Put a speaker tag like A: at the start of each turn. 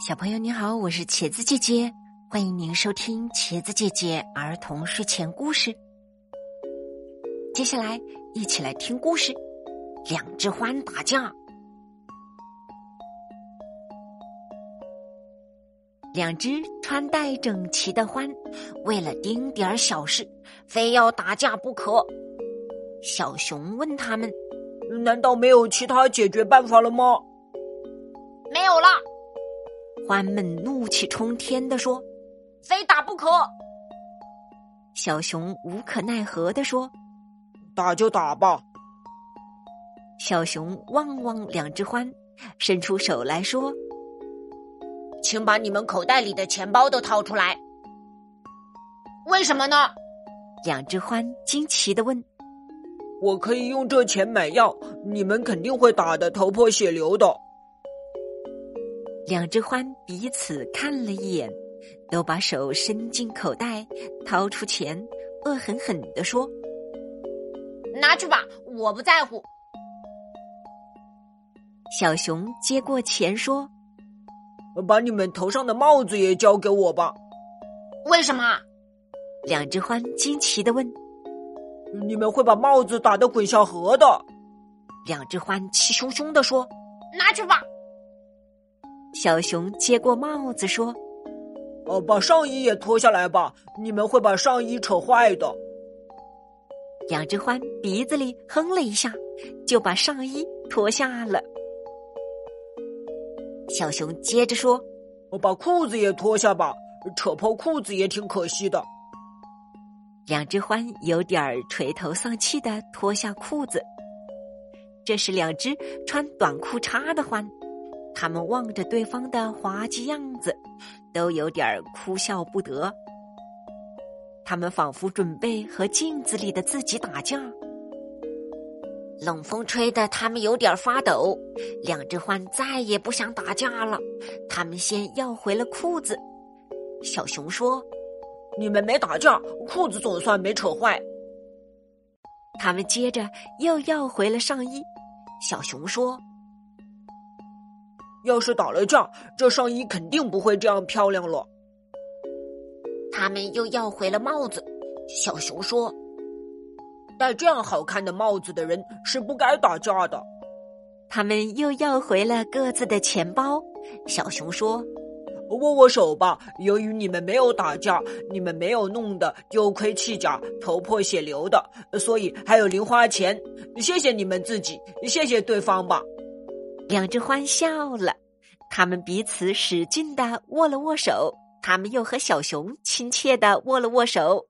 A: 小朋友你好，我是茄子姐姐，欢迎您收听茄子姐姐儿童睡前故事。接下来一起来听故事：两只獾打架。两只穿戴整齐的獾，为了丁点儿小事，非要打架不可。小熊问他们：“
B: 难道没有其他解决办法了吗？”
C: 没有了。
A: 獾们怒气冲天的说：“
C: 非打不可！”
A: 小熊无可奈何的说：“
B: 打就打吧。”
A: 小熊望望两只獾，伸出手来说：“
C: 请把你们口袋里的钱包都掏出来。”为什么呢？
A: 两只獾惊奇的问：“
B: 我可以用这钱买药，你们肯定会打得头破血流的。”
A: 两只獾彼此看了一眼，都把手伸进口袋，掏出钱，恶狠狠地说：“
C: 拿去吧，我不在乎。”
A: 小熊接过钱说：“
B: 把你们头上的帽子也交给我吧。”
C: 为什么？
A: 两只獾惊奇的问：“
B: 你们会把帽子打得滚下河的。”
A: 两只獾气汹汹的说：“
C: 拿去吧。”
A: 小熊接过帽子说：“
B: 哦，把上衣也脱下来吧，你们会把上衣扯坏的。”
A: 两只獾鼻子里哼了一下，就把上衣脱下了。小熊接着说：“
B: 我把裤子也脱下吧，扯破裤子也挺可惜的。”
A: 两只獾有点儿垂头丧气的脱下裤子。这是两只穿短裤衩的獾。他们望着对方的滑稽样子，都有点哭笑不得。他们仿佛准备和镜子里的自己打架。
C: 冷风吹得他们有点发抖，两只獾再也不想打架了。他们先要回了裤子。小熊说：“
B: 你们没打架，裤子总算没扯坏。”
A: 他们接着又要回了上衣。小熊说。
B: 要是打了架，这上衣肯定不会这样漂亮了。
C: 他们又要回了帽子。小熊说：“
B: 戴这样好看的帽子的人是不该打架的。”
A: 他们又要回了各自的钱包。小熊说：“
B: 握握手吧，由于你们没有打架，你们没有弄得丢盔弃甲、头破血流的，所以还有零花钱。谢谢你们自己，谢谢对方吧。”
A: 两只獾笑了，他们彼此使劲的握了握手，他们又和小熊亲切的握了握手。